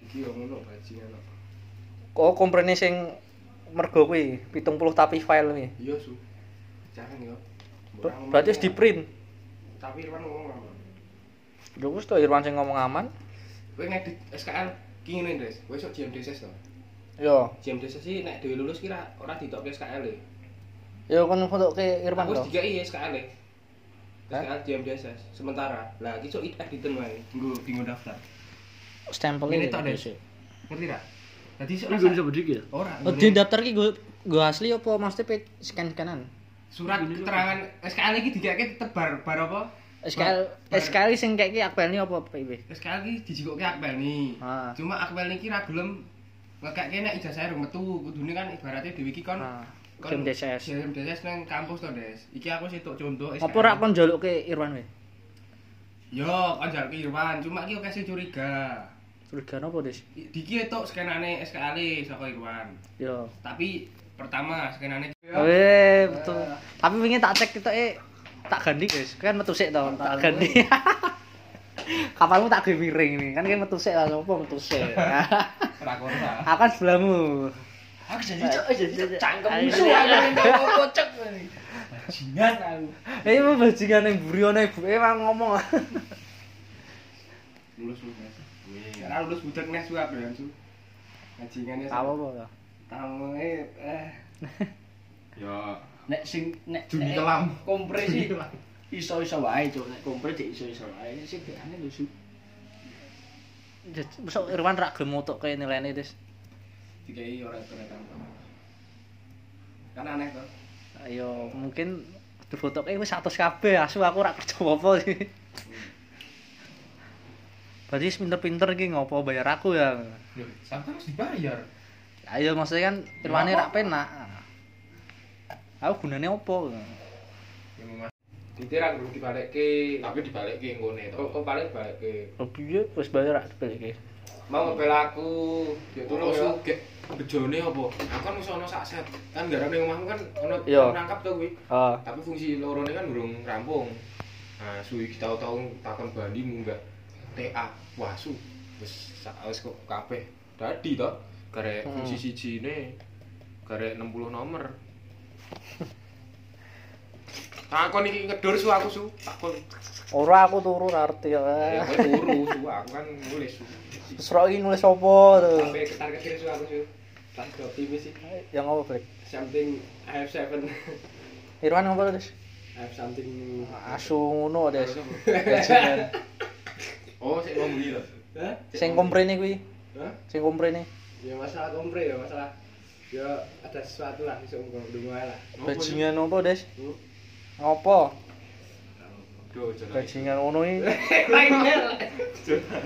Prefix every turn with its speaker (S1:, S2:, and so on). S1: iki yo ngono bajingan kok.
S2: kok Oh, komprene sing mergo kuwi 70 tapi file kuwi
S1: Iya su. Jangan yo.
S2: Ber- berarti harus di print
S1: Tapi Irwan ngomong lama.
S2: ya wis to Irwan sing ngomong aman
S1: Kowe ngedit SKL ki ngene, Des. Kowe sok JMDSS to.
S2: yo
S1: JMDSS sih nek dhewe lulus kira ora ditokke SKL e.
S2: yo kon fotoke Irwan
S1: Aku
S2: to
S1: wis dikai SKL e.
S2: Hah?
S1: SKL JMDSS sementara. Lah iki sok editen wae. Nggo dinggo daftar.
S2: stempel
S1: Ini tok, Des. Ngerti ra? Dadi sok
S3: Ini gue bisa bedik ya?
S1: ora
S2: Oh, di daftar ki gue gue asli apa maksudnya pe scan kanan?
S1: surat keterangan SKL iki dikake tebar bar apa?
S2: SKL
S1: Bar-
S2: SKL sing kayak ki akbalnya apa PIB?
S1: SKL iki dijikokke Akmel nih.
S2: Ah.
S1: Cuma Akmel niki ra gelem ngekake nek ijazah rung metu. Kudune kan ibaratnya dhewe iki kon
S2: Nah,
S1: kon
S2: JMDSS.
S1: JMDSS nang kampus to, Des. Iki aku sitok contoh SKL.
S2: Apa rak kon njaluk ke Irwan we?
S1: Yo, kon jaluk ke Irwan, cuma iki kasih curiga.
S2: Curiga apa Des?
S1: I- Diki itu skenane SKL saka Irwan.
S2: Yo.
S1: Tapi pertama skenane
S2: Weh, betul. Tapi wingi tak cek kita eh tak ganti guys. Kan metu sik to, tak ganti. Kapalmu tak gawe miring ini. Kan kan metu sik lah apa metu sik.
S1: ora ora.
S2: Akan sebelahmu.
S1: Aku jadi
S2: Jadi
S1: cangkem musuh aku entuk kocek. Bajingan aku.
S2: Eh, mau bajingan yang buri ana ibuke malah ngomong.
S1: lulus lu mes karena lulus budak nes juga aku yang su ngajingannya
S2: Tahu apa to?
S1: tamu eh eh
S4: Ya,
S3: Nek sing nek
S1: Dunia
S3: nek
S1: kelam.
S3: Kompresi iso-iso wae, Cuk. Nek kompres dik iso-iso wae. Sing dekane lho, Su.
S2: Jadi, Besok Irwan rak gelem motokke nilainya Des.
S1: dikai orang tua tamu kan aneh tuh
S2: Ayo, mungkin difotoke wis 100 kabeh, asu aku ora kerja apa sih. Berarti wis pinter-pinter iki ngopo bayar aku ya.
S1: Loh, sampai harus dibayar
S2: Ayo maksudnya kan irwane
S1: apa?
S2: rak penak. Aku gunane opo?
S1: ya mau ditirak dulu dibalik ke
S4: tapi dibalik ke ngone to.
S1: kok kok oh, balik balik ke
S2: Oh piye wis bayar rak dibelike.
S1: mau ngepel aku ya
S4: Ono Oh,
S1: tolong ya
S4: sugek bejone apa? Aku kan wis ono sak set. Kan garane omahku kan ono
S2: Iya.
S4: nangkap to kuwi.
S2: Ah,
S4: Tapi fungsi lorone kan durung rampung. Nah, suwi kita tau takon bandi munggah TA. Wah, su. Wis sak wis kok kabeh dadi to. Garek
S2: Hmm.
S4: fungsi sijine garek 60 nomor. Takon iki ngedur su aku su. Takon.
S2: ora aku turu ra ngerti ya.
S4: Ya kowe turu su aku kan nulis su.
S2: Wis rak iki nulis opo to?
S1: sampai ketar ketir su aku su tak drop TV sih
S2: Yang ngopo blik?
S1: something I have seven
S2: Irwan ngopo Des?
S1: I have something
S4: Ah,
S2: Asu ngono Des. Bajingan.
S4: Oh, sik ngomong iki to.
S1: Hah?
S2: Sing komprene kuwi,
S1: Hah?
S2: sing komprene.
S1: ya masalah kompre ya masalah ya ada sesuatu lah bisa ngomong dulu aja lah
S2: Bajingan opo Des?
S1: Hmm?
S2: Ngopo?
S4: Duh, jalan.
S2: Bajingan ngono iki.
S1: lainnya